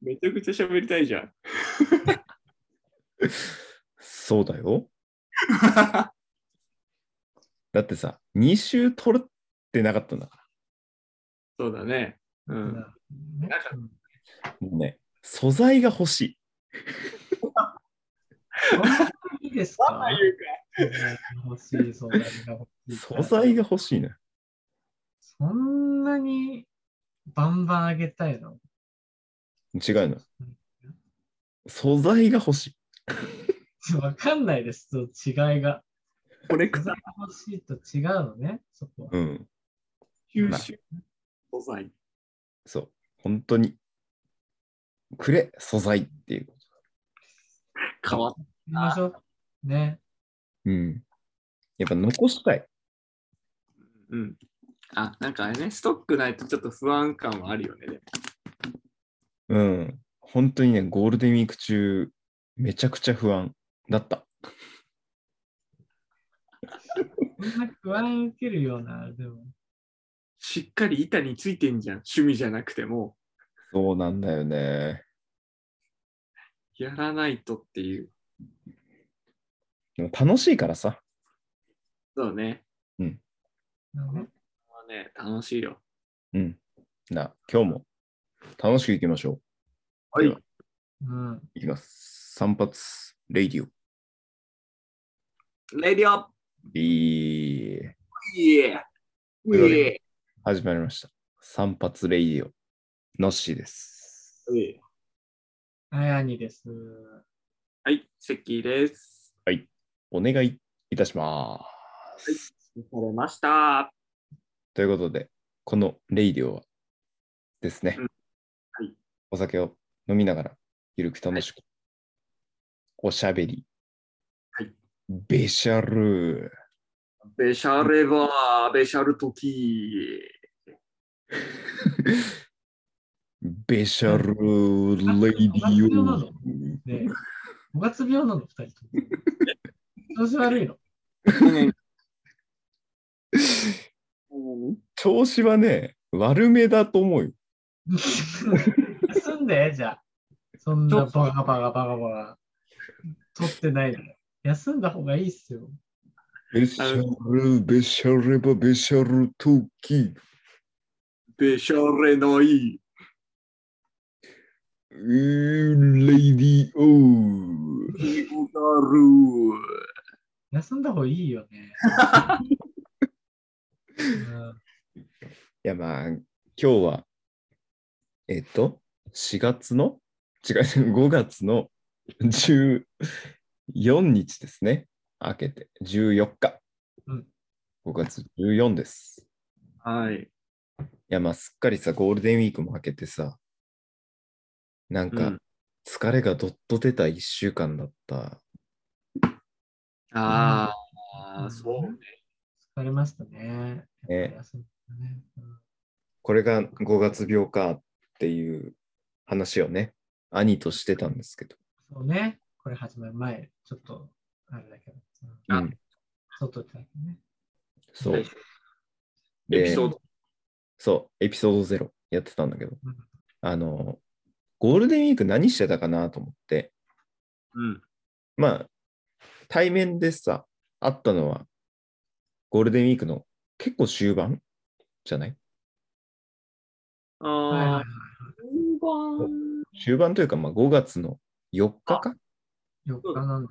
めちゃくちゃ喋りたいじゃん。そうだよ。だってさ、2週取るってなかったんだかそうだね。う。うんなんかんら。もうね、素材が欲しい。そんなにいいですかあ欲しい、素材が欲しい。素材が欲しいのよ。そんなにバンバンあげたいの違うのよ。素材が欲しい。ちょわかんないです、その違いが。コレ素クタ材が欲しいと違うのね、そこは。うん。ー吸収素材。そう。本当に。くれ、素材っていう。変わっ行きましょう。ね。うん。やっぱ残したい。うん。あ、なんかあれね、ストックないとちょっと不安感はあるよね。でもうん。本当にね、ゴールデンウィーク中、めちゃくちゃ不安だった。こんな不安受けるような、でも。しっかり板についてんじゃん。趣味じゃなくても、そうなんだよね。やらないとっていう。でも楽しいからさ。そうね。なんかねまあね、楽しいよ。うん。な、今日も楽しくいきましょ。はいうん。う。いきます。散髪、レイディオ。レディオいいイエーイエ始まりました。散髪レイディオ。のっしーです。ーイはい、兄です。はい、関です。お願いいたします。疲れました。ということで、このレイディオはですね、うんはいお酒を飲みながら、ゆるく楽しく、おしゃべり、はいべしゃるベシャレバー、ベシャルトキー、べしゃるーレイディあオ。ねえ、5月病なの、二人とも。調子悪いの。ー。調子はね、悪めだと思うよ。 休んで、じゃあ。そんなバカバカバカバカ。取ってないの。休んだ方がいいっすよ。べしゃる、べしゃれば、べしゃるとき、ベシャレのいい。うーレイディオ。ベシャル休んだ方がいいよ ね。ういんやまあ、今日は、えっと、4月の違う、5月 の14日ですね。明けて14日。うん5月14です。はい。いやまあ、すっかりさ、ゴールデンウィークも明けてさ、なんうかん、疲れがどっと出た1週間だった。ああ、うんそうね。疲れましたね。ねやっぱり休んだねうんこれが5月病かっていう話をね、兄としてたんですけど。そうね。これ始まる前、ちょっと、あれだけど。うんあうん外だけね。そう。はいでエピソード。そう、エピソードゼロやってたんだけどうん、あの、ゴールデンウィーク何してたかなと思って、うん。まあ、対面でさ、会ったのは、ゴールデンウィークの結構終盤じゃないはいはいはああい、終盤というか、まあ、5月の4日か4日なんだよ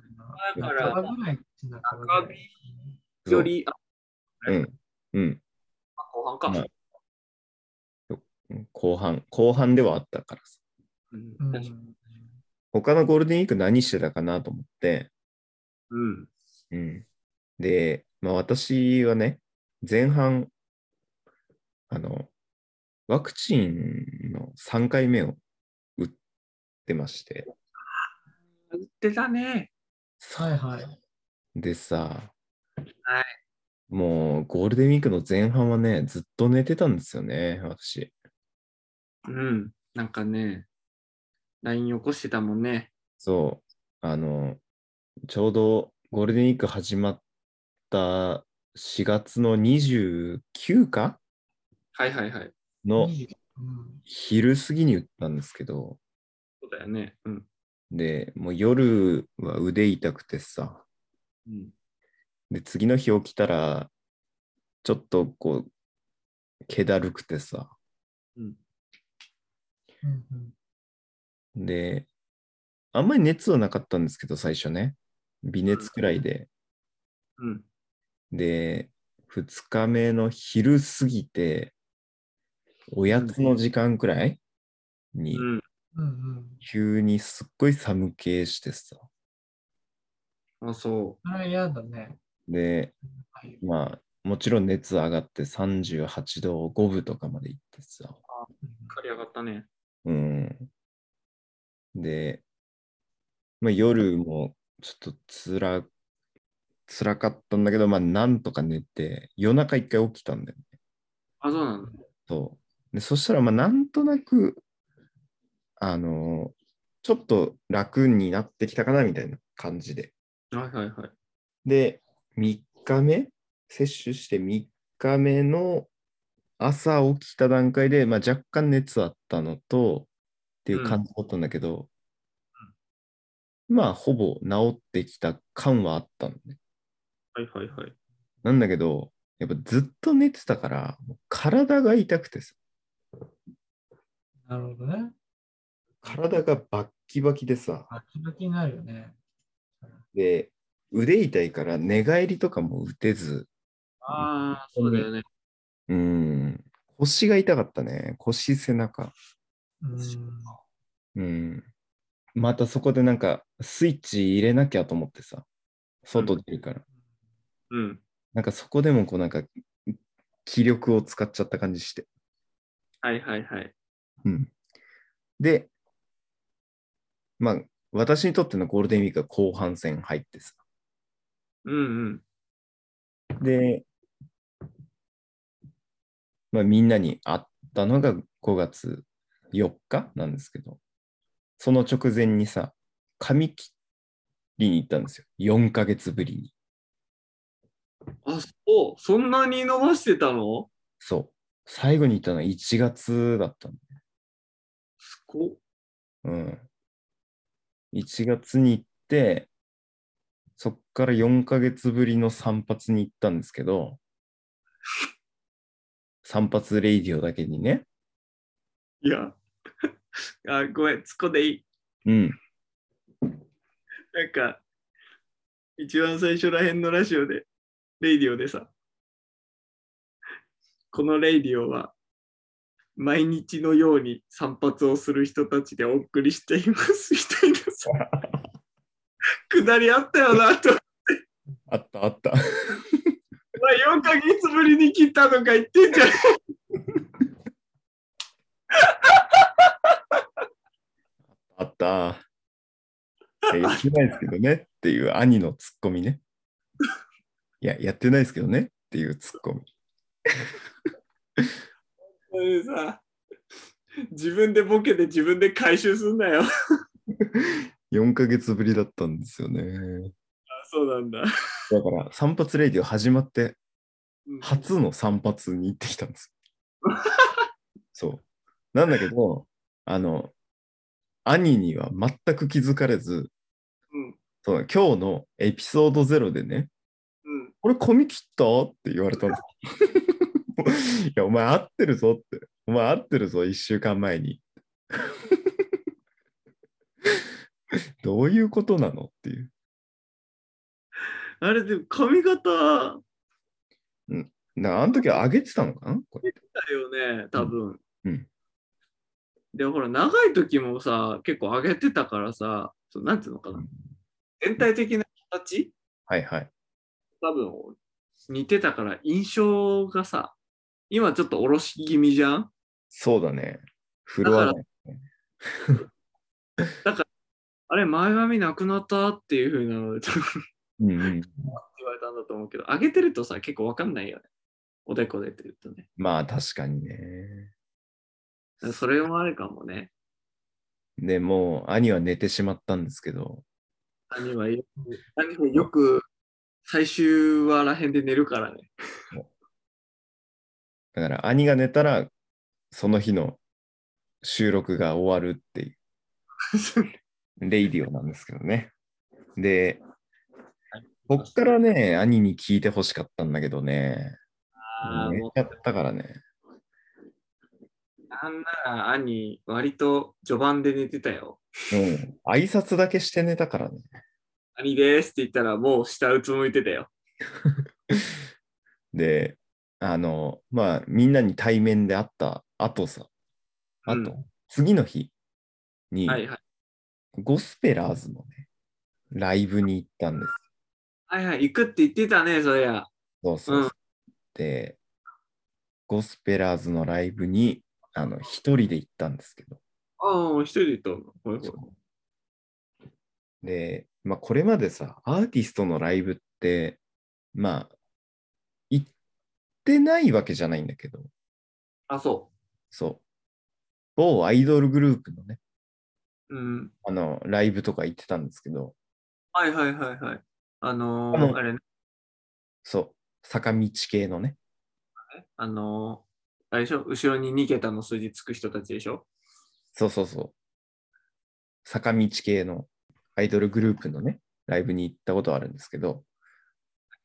な。だから、半ばぐらい中中日より、あ、うん、うん、後半か。まあうん後半、後半ではあったからさ。うんうん。他のゴールデンウィーク何してたかなと思って、うん。うん。で、まあ私はね、前半、あの、ワクチンの3回目を打ってまして。売ってたね。はいはい。でさ、もうゴールデンウィークの前半はね、ずっと寝てたんですよね、私。うん。なんかね、LINE 起こしてたもんね。そう。あの、ちょうどゴールデンウィーク始まった4月の29かはいはいはい。の20うん昼過ぎに打ったんですけど、そうだよね。うん。で、もう夜は腕痛くてさ、うん、で、次の日起きたら、ちょっとこう、気だるくてさ、うん。うんうんで、あんまり熱はなかったんですけど、最初ね。微熱くらいで。うん。で、2日目の昼過ぎて、おやつの時間くらいに、うん。うんうん。急にすっごい寒気してさ。あ、そあれ嫌だね。で、はいまあ、もちろん熱上がって38度5分とかまで行ってさ。う。かり上がったね。うん。で、まあ、夜もちょっとつら、つらかったんだけど、まあ、なんとか寝て、夜中一回起きたんだよね。あ、そうなんだ。そう。で、そしたら、まあ、なんとなく、あのちょっと楽になってきたかな、みたいな感じで。はいはいはい。で、3日目、接種して3日目の朝起きた段階で、まあ、若干熱あったのと、っていう感じだったんだけど、まあ、ほぼ治ってきた感はあったんで。はいはいはい。なんだけど、やっぱずっと寝てたから、もう体が痛くてさ、なるほどね。体がバッキバキでさ、バキバキになるよね。で、腕痛いから寝返りとかも打てず、ああ、そうだよね。うん、腰が痛かったね。腰、背中。うん。うん。またそこでなんかスイッチ入れなきゃと思ってさ、外出るから。うん。なんかそこでもこうなんか気力を使っちゃった感じして。はいはいはい。うん。で、まあ私にとってのゴールデンウィークは後半戦入ってさ。うんうん。で、まあみんなに会ったのが5月4日なんですけど、その直前にさ、髪切りに行ったんですよ。4ヶ月ぶりに。あ、そう。そんなに伸ばしてたのそう。最後に行ったのは1月だったの。すごっ。うん。1月に行って、そっから4ヶ月ぶりの散髪に行ったんですけど、散髪レイディオだけにね。いや。 あ、ごめん、そこでいい。うん。なんか、一番最初らへんのラジオで、レイディオでさ、このレイディオは、毎日のように散髪をする人たちでお送りしていますみたいなさ、くだりあったよなと。 あったあった。まあ、4ヶ月ぶりに切ったとか言ってんじゃん。あった。いややってないですけどねっていう兄のツッコミね。いや、やってないですけどねっていうツッコミ。それでさ、自分でボケて自分で回収すんなよ。あ、 4ヶ月ぶりだったんですよね。そうなんだ。だから散髪レディオ始まってうん初の散髪に行ってきたんですよ。そう。なんだけど、あの、兄には全く気づかれず、うん。その今日のエピソード0でね、うん。これ髪切ったって言われ たんですよ。いや、お前合ってるぞって。お前合ってるぞ、1週間前に。どういうことなのっていう。あれでも髪型だなんかあの時は上げてたのかなこれよね、多分。うんでほら長い時もさ結構上げてたからさそうなんていうのかな全体的な形はいはい。多分似てたから印象がさ今ちょっと下ろし気味じゃんそうだね。フロアだだあれ前髪なくなったっていう風なので多分うんうん、言われたんだと思うけど上げてるとさ結構わかんないよねおでこでって言うとねまあ確かにね。だからそれもあるかもねでもう兄は寝てしまったんですけど、兄はよく兄はよく最終話らへんで寝るからねだから兄が寝たらその日の収録が終わるっていう。レイディオなんですけどね。で、こっからね、兄に聞いてほしかったんだけどね、ああ、寝もうちゃったからね。なんなら兄、割と序盤で寝てたよ。うん。挨拶だけして寝たからね。兄ですって言ったらもう下うつむいてたよ。で、あの、まあ、みんなに対面で会った後さ、あと、うん次の日に、はいはい。ゴスペラーズのね、ライブに行ったんです。はいはい、行くって言ってたね、そりゃ。そうそうそううで、ゴスペラーズのライブに、あの、一人で行ったんですけど、ああ、一人で行ったの。はいはい。で、まあ、これまでさ、アーティストのライブって、まあ、行ってないわけじゃないんだけど、あ、そそう。某アイドルグループのね、う。うん。あの、ライブとか行ってたんですけど、はいはいはいはい。あのあのー、あれね、そう、坂道系のね、あのー、あれでしょ、後ろに2桁の数字つく人たちでしょ。そうそうそう、坂道系のアイドルグループのね、ライブに行ったことはあるんですけど、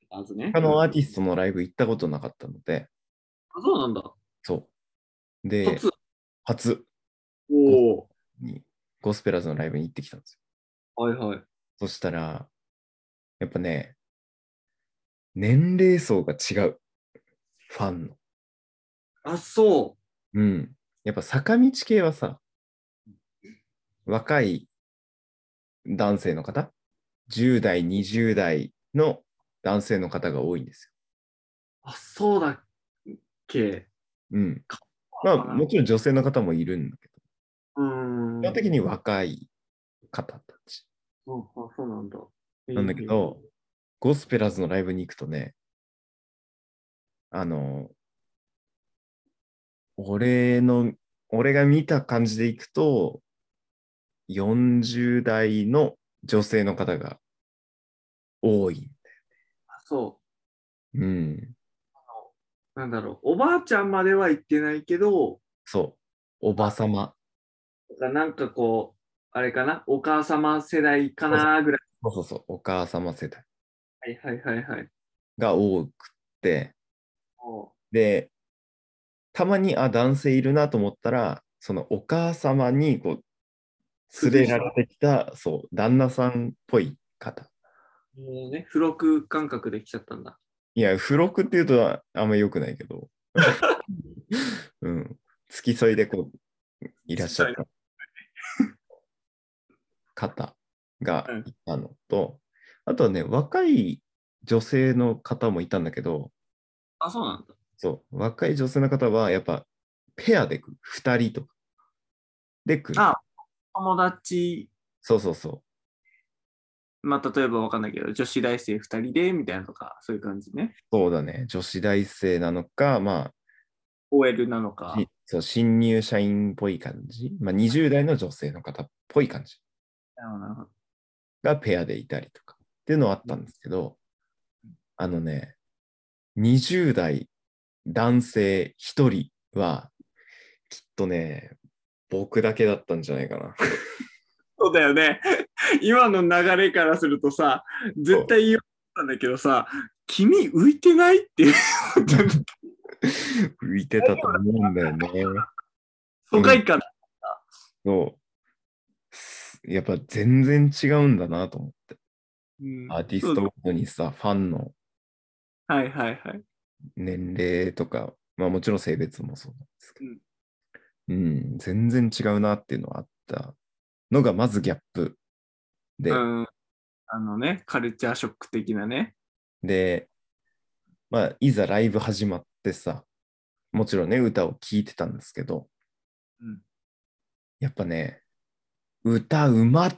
あずね。他のアーティストのライブ行ったことなかったので、あ、そうなんだ。そう。で、初。初おにゴスペラーズのライブに行ってきたんですよお。はいはい。そしたら、やっぱね、年齢層が違う。ファンの。あ、そうん。やっぱ坂道系はさ、若い男性の方 ?10 代、20代の男性の方が多いんですう。あ、そうだっけ。よ。うん。まあ、もちろん女性の方もいるんだけど、うーん。基本的に若い方たちうんあ、そうなんだ。なんだけど、ゴスペラーズのライブに行くとね、あの、俺の、俺が見た感じで行くと、40代の女性の方が多い。あ。そうん。う。なんだろう。おばあちゃんまでは行ってないけど、そう。おばさま。なんかこう、あれかな、お母様世代かなぐらい。そうそうそう。お母様世代はいはいはいはい。が多くって、おで、たまに、あ、男性いるなと思ったら、そのお母様にこう連れられてきた、そう、旦那さんっぽい方。もうね、付録感覚できちゃったんだ。いや、付録っていうとあんま良くないけど、うん、付き添いでこう、いらっしゃった方がいたのと、あとはね、若い女性の方もいたんだけど、あ、そうなんだ。そう、若い女性の方は、やっぱ、ペアで来る、2人とか。で来る。あ友達、そうそうそまあ、例えばわかんないけど、女子大生2人でみたいなのとか、そういう感じね。う。そうだね。女子大生なのか、ま OL なのあか。、しそう新入社員っぽい感じ。まあ、20代の女性の方っぽい感じなるほどなるほどがペアでいたりとかっていうのはあったんですけど、あのね、20代男性1人は、きっとね、僕だけだったんじゃないかな。そうだよね。 今の流れからするとさ、絶対言い終わったんだけどさ、君浮いてないっていう。浮いてたと思うんだよね。疎外感。そうす。やっぱ全然違うんだなと思って。うんアーティストそうごとにさ、ファンのはいはいはい。年齢とか、まあもちろん性別もそうなんですけど、うん、全然違うなっていうのはあったのが、まずギャップで、うん。あのね、カルチャーショック的なね。で、まあ、いざライブ始まってさ、もちろんね、歌を聴いてたんですけど、うんやっぱね、歌うまっ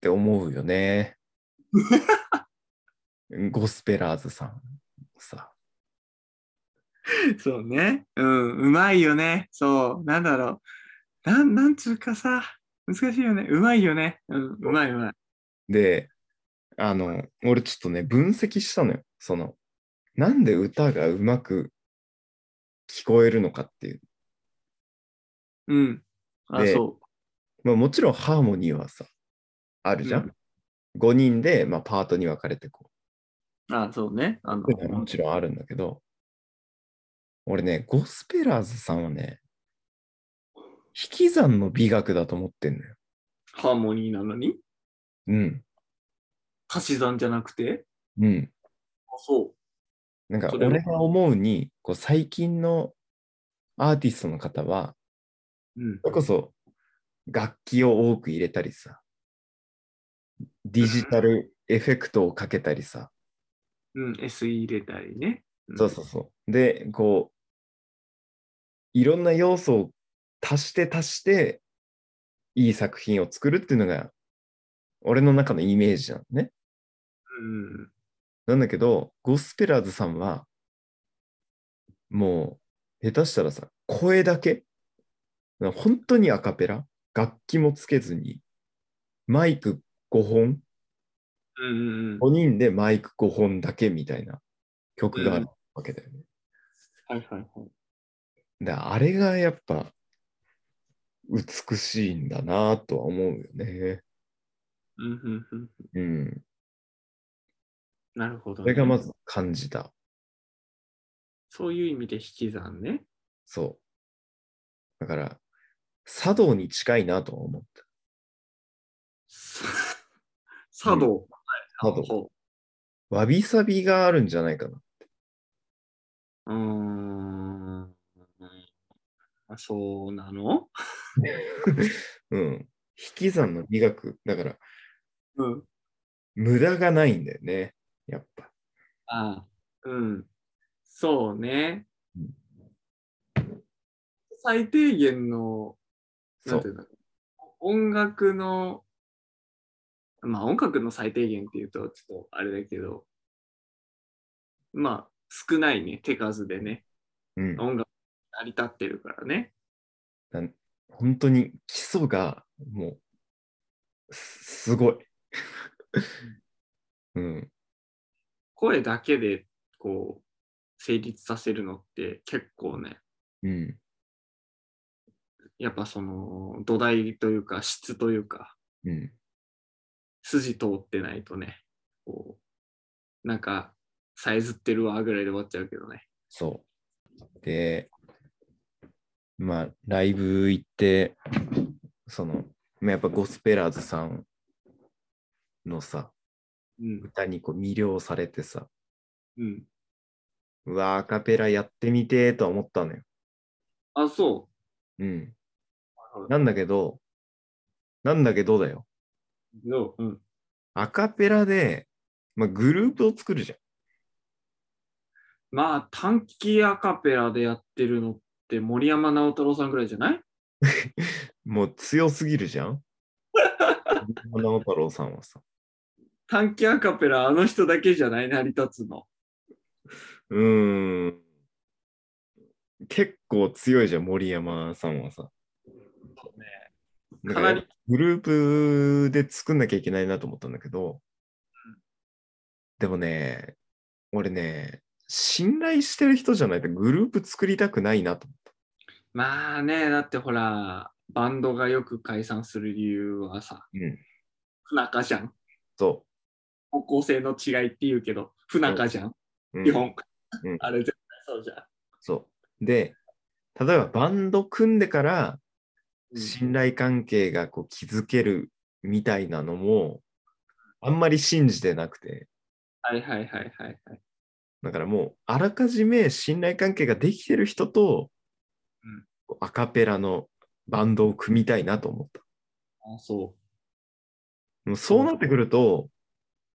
て思う よね。ゴスペラーズさんさ、そうね。うん、うまいよね。そう、なんだろう。なん、なんつうかさ、難しいよね。うまいよね。うん、うまいうまい。で、あの、俺ちょっとね、分析したのよ。その、なんで歌がうまく聞こえるのかっていう。うん。あ、でそまあ、もちろんハーモニーはさ、あるじゃん。5人で、まあ、パートに分かれてこあ、そうね。あのう。、もちろんあるんだけど、俺ね、ゴスペラーズさんはね、引き算の美学だと思ってんのよ。ハーモニーなのにうん。足し算じゃなくてうん。そなんかそれは俺が思うに、こう最近のアーティストの方は、う。うんそ。れこそ楽器を多く入れたりさ、ディジタルエフェクトをかけたりさ、うん、SE 入れたりね。んそうそうそう。で、こう、いろんな要素を足して足して、いい作品を作るっていうのが、俺の中のイメージなのね。うん。なんだけど、ゴスペラーズさんは、もう、下手したらさ、声だけ、本当にアカペラ、楽器もつけずに、マイク5本、うんうんうん。 5人でマイク5本だけみたいな曲があるわけだよね。はいはいはい。で、あれがやっぱ美しいんだなとは思うよね。うんうんうん。うん。なるほど、それがまず。感じた。そういう意味で引き算ね。そう。だから、茶道に近いなとは思っ茶道。た。茶道。そわびさびがあるんじゃないかな。う。うーん。あそうなのうん。引き算の美学。だから、うん。無駄がないんだよね。やっぱ。あうん。そうねうん。最低限の、そ。なんていううんだろう。音楽の、まあ音楽の最低限っていうとちょっとあれだけど、まあ少ないね、手数でね、うん。音楽成り立ってるからね。なん本当に基礎がもう、すすごい。うん。声だけでこう成立させるのって結構ね うん。やっぱその土台というか質というかうん。筋通ってないとねこうなんかさえずってるわぐらいで終わっちゃうけどねそう。で、まあ、ライブ行って、その、まあやっぱゴスペラーズさんのさ、うん歌にこう魅了されてさ、うんうわ、アカペラやってみてーとは思ったのよ。あそうん。ほどなんだけど、なんだけどだよ。うどううんアカペラで、まあ、グループを作るじゃん。まあ短期アカペラでやってるのって森山直太朗さんぐらいじゃないもう強すぎるじゃ ん。直太朗さんはさ。短期アカペラあの人だけじゃない成り立つのうーん。結構強いじゃん、森山さんはさ。だかからなやっりぱグループで作んなきゃいけないなと思ったんだけど、でもね、俺ね、信頼してる人じゃないとグループ作りたくないなと思っまあね、だってほら、バンドがよく解散する理由はさ、た。うん。不仲じゃん。そ方向性の違いって言うけど、不仲じゃん。う。うん基本。うんあれ絶対そうじゃん。そう。で、例えばバンド組んでから信頼関係がこう築けるみたいなのも、あんまり信じてなくて、はいはいはいはいはい。だからもう、あらかじめ信頼関係ができてる人と、うんこうアカペラのバンドを組みたいなと思った。あそもうそうなってくると、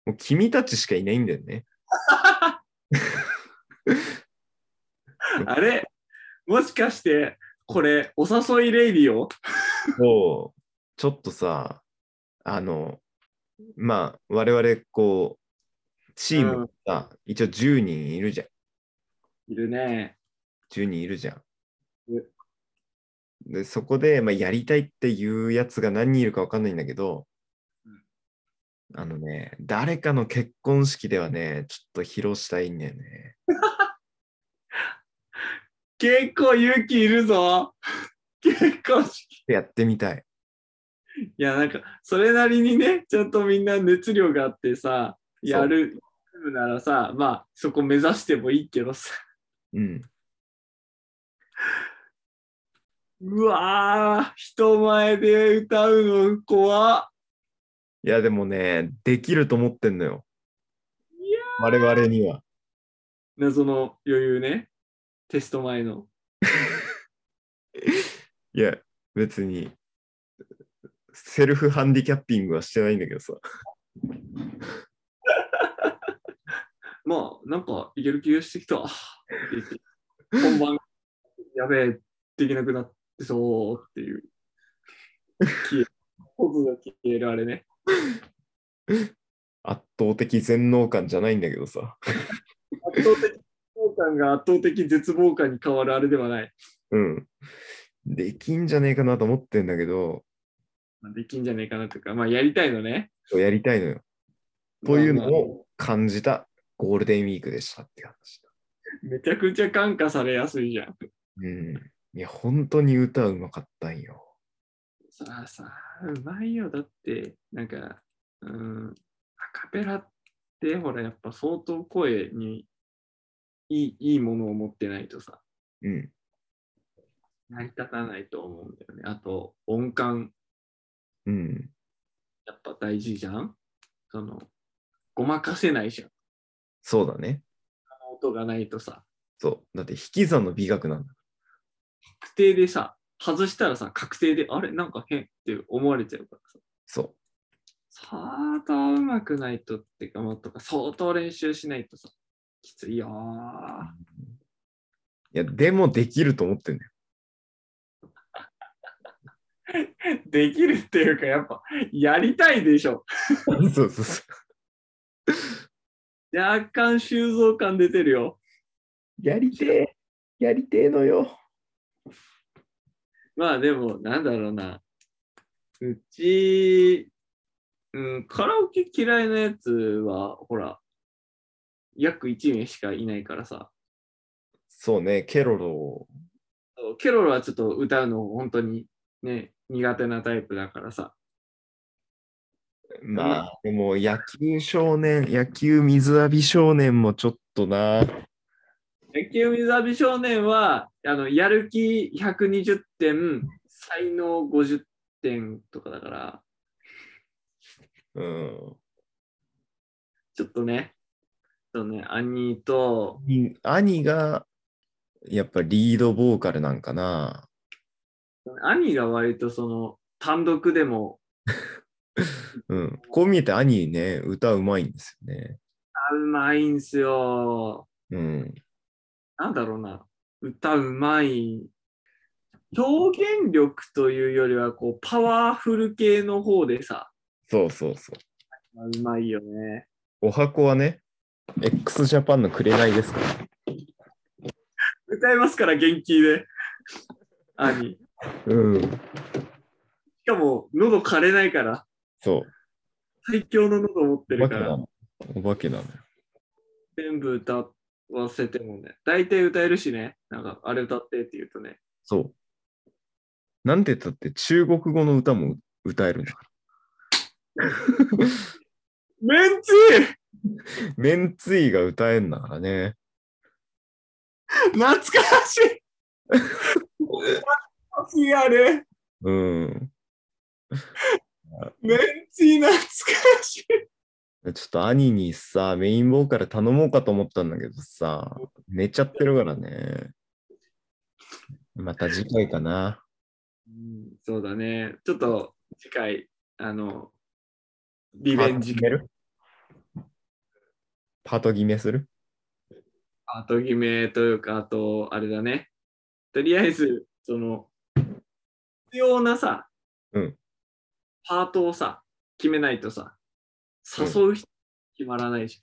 もう君たちしかいないんだよ ね。う。あれもしかして、これ、お誘いレイディオそうちょっとさ、あの、まあ、我々、こう、チームがさ、一応10人いるじゃん。いるね。 10人いるじゃんえ。で、そこで、まあ、やりたいっていうやつが何人いるかわかんないんだけどうん、あのね、誰かの結婚式ではね、ちょっと披露したいんだよね。結構勇気いるぞ。結構やってみたい。いや、なんか、それなりにね、ちゃんとみんな熱量があってさ、やるならさ、まあ、そこ目指してもいいけどさ、うん。うわー、人前で歌うの怖っいや、でもね、できると思ってんのよ。いや我々には。謎の余裕ね、テスト前の。いや、別に、セルフハンディキャッピングはしてないんだけどさ。まあ、なんか、いける気がしてきた。って言って本番、やべえ、できなくなってそうっていう。消え、ポズが消えるあれね。圧倒的全能感じゃないんだけどさ。圧倒的絶望感が圧倒的絶望感に変わるあれではない。うん。できんじゃねえかなと思ってんだけど、まあできんじゃねえかなとか、まあ、やりたいのね。やりたいのよ。というのまあまを感じたゴールデンウィークでしたって話。あめちゃくちゃ感化されやすいじゃん。うん。いや、本当に歌うまかったんよ。さあさあ、うまいよ。だって、なんか、うん、アカペラって、ほら、やっぱ相当声にいいいいものを持ってないとさ、うん。成り立たないと思うんだよね。あと、音感、うん。やっぱ大事じゃんその、ごまかせないじゃん。そうだね。音がないとさ、そう。だって引き算の美学なんだ。確定でさ、外したらさ、確定で、あれなんか変って思われちゃうからさ。そ相当うまくないとってか、もっとか、相当練習しないとさ、きついよー。う。いや、でもできると思ってん だよ。 できるっていうか、やっぱ、やりたいでしょ。そうそうそう。若干収蔵感出てるよ。やりてえ。やりてえのよ。まあでも、なんだろうな。うち、うん、カラオケ嫌いなやつは、ほら、約1名しかいないからさ。そうね、ケロロ。ケロロはちょっと歌うの本当にね、苦手なタイプだからさ。まあ、でも野球少年、野球水浴び少年もちょっとな。野球水浴び少年は、あの、やる気120点、才能50点とかだから、うん。ちょっとね、ちょっとね、兄と、兄が、やっぱリードボーカルなんかな。兄が割とその、単独でも、うん。こう見えて兄ね、歌うまいんですよね。あうまいんすよ。うん。なんだろうな、歌うまい。表現力というよりは、こう、パワフル系の方でさ、そうそうそう。うまいよね。お箱はね、x ジャパンの紅ですから。歌いますから、元気で。兄。しうん。かも、喉枯れないから、そう。最強の喉持ってお化るけかなら、の。お化けなのよ。全部歌わせてもね、大体歌えるしね、なんか、あれ歌ってって言うとね、そう。なんて言ったって中国語の歌も歌えるんだかメンチら。メンツイが歌えんだからね。懐かし い懐かしいあれうん。メンチ懐かしいちょっと兄にさ、メインボーカル頼もうかと思ったんだけどさ、寝ちゃってるからね。また次回かな。うんそうだね。ちょっと次回、あの、リベンジパート決めるパート決めするパート決めというか、あと、あれだね。とりあえず、その、必要なさ、うんパートをさ、決めないとさ、誘う人決まらないじ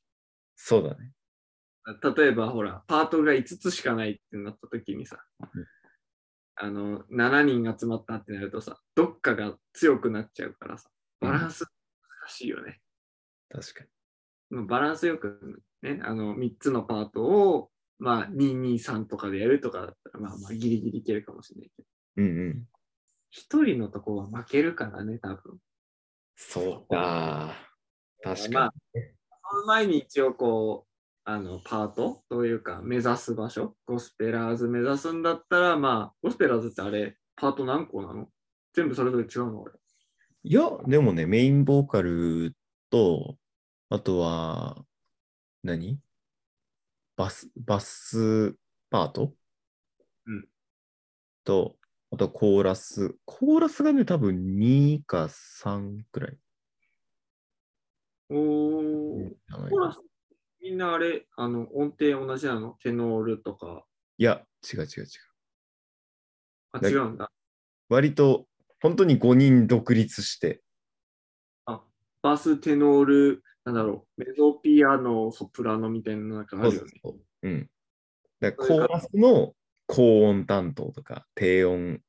そうだね。ゃん。例えば、ほら、パートが5つしかないってなった時にさ、あの、7人集まったってなるとさ、どっかが強くなっちゃうからさ、バランス難しいよね。確かに。まあバランスよく、ね、あの3つのパートを、まあ、223とかでやるとかだったら、まあ、まあギリギリいけるかもしれないけど、うんうん。一人のとこは負けるからね、多分。そうか。確まあ、かその前に一応こう、あの、パートというか、目指す場所、ゴスペラーズ目指すんだったら、まあ、ゴスペラーズってあれ、パート何個なの全部それぞれ違うの俺。に。いや、でもね、メインボーカルと、あとは、何バス、バスパートうん。と、あとコーラス。コーラスがね、多分2か3くらいおー。なのよ。コーラスみんなあれ、あの、音程同じなのテノールとか。いや、違う違う違う。あ、だ違うんだ。割と、本当に5人独立して、バス、テノール、なんだろう、メゾピアノ、ソプラノみたいなのがあるよね。そうそうそううん。だかそらコういうーラスの高音担当とか、低音み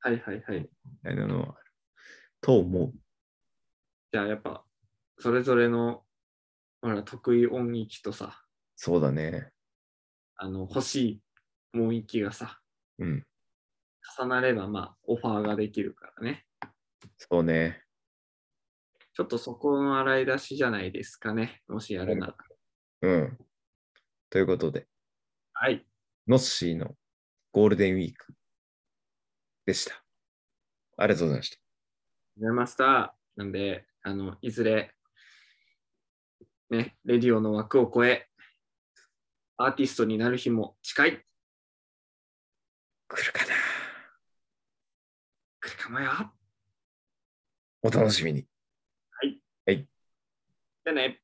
はいはいはい。たいなのはある。と思う。じゃあやっぱ、それぞれの、ほら、得意音域とさ、そうだね。あの、欲しい音域がさ、うん。重なれば、まあ、オファーができるからね。そうね。ちょっとそこの洗い出しじゃないですかね。もしやるなら。うん。ということで、はい。ノッシーのゴールデンウィークでした。ありがとうございました。ございました。なんで、あの、いずれ、ね、レディオの枠を超え、アーティストになる日も近い。来るかな来るかもよ。じお楽しみに。ゃあね。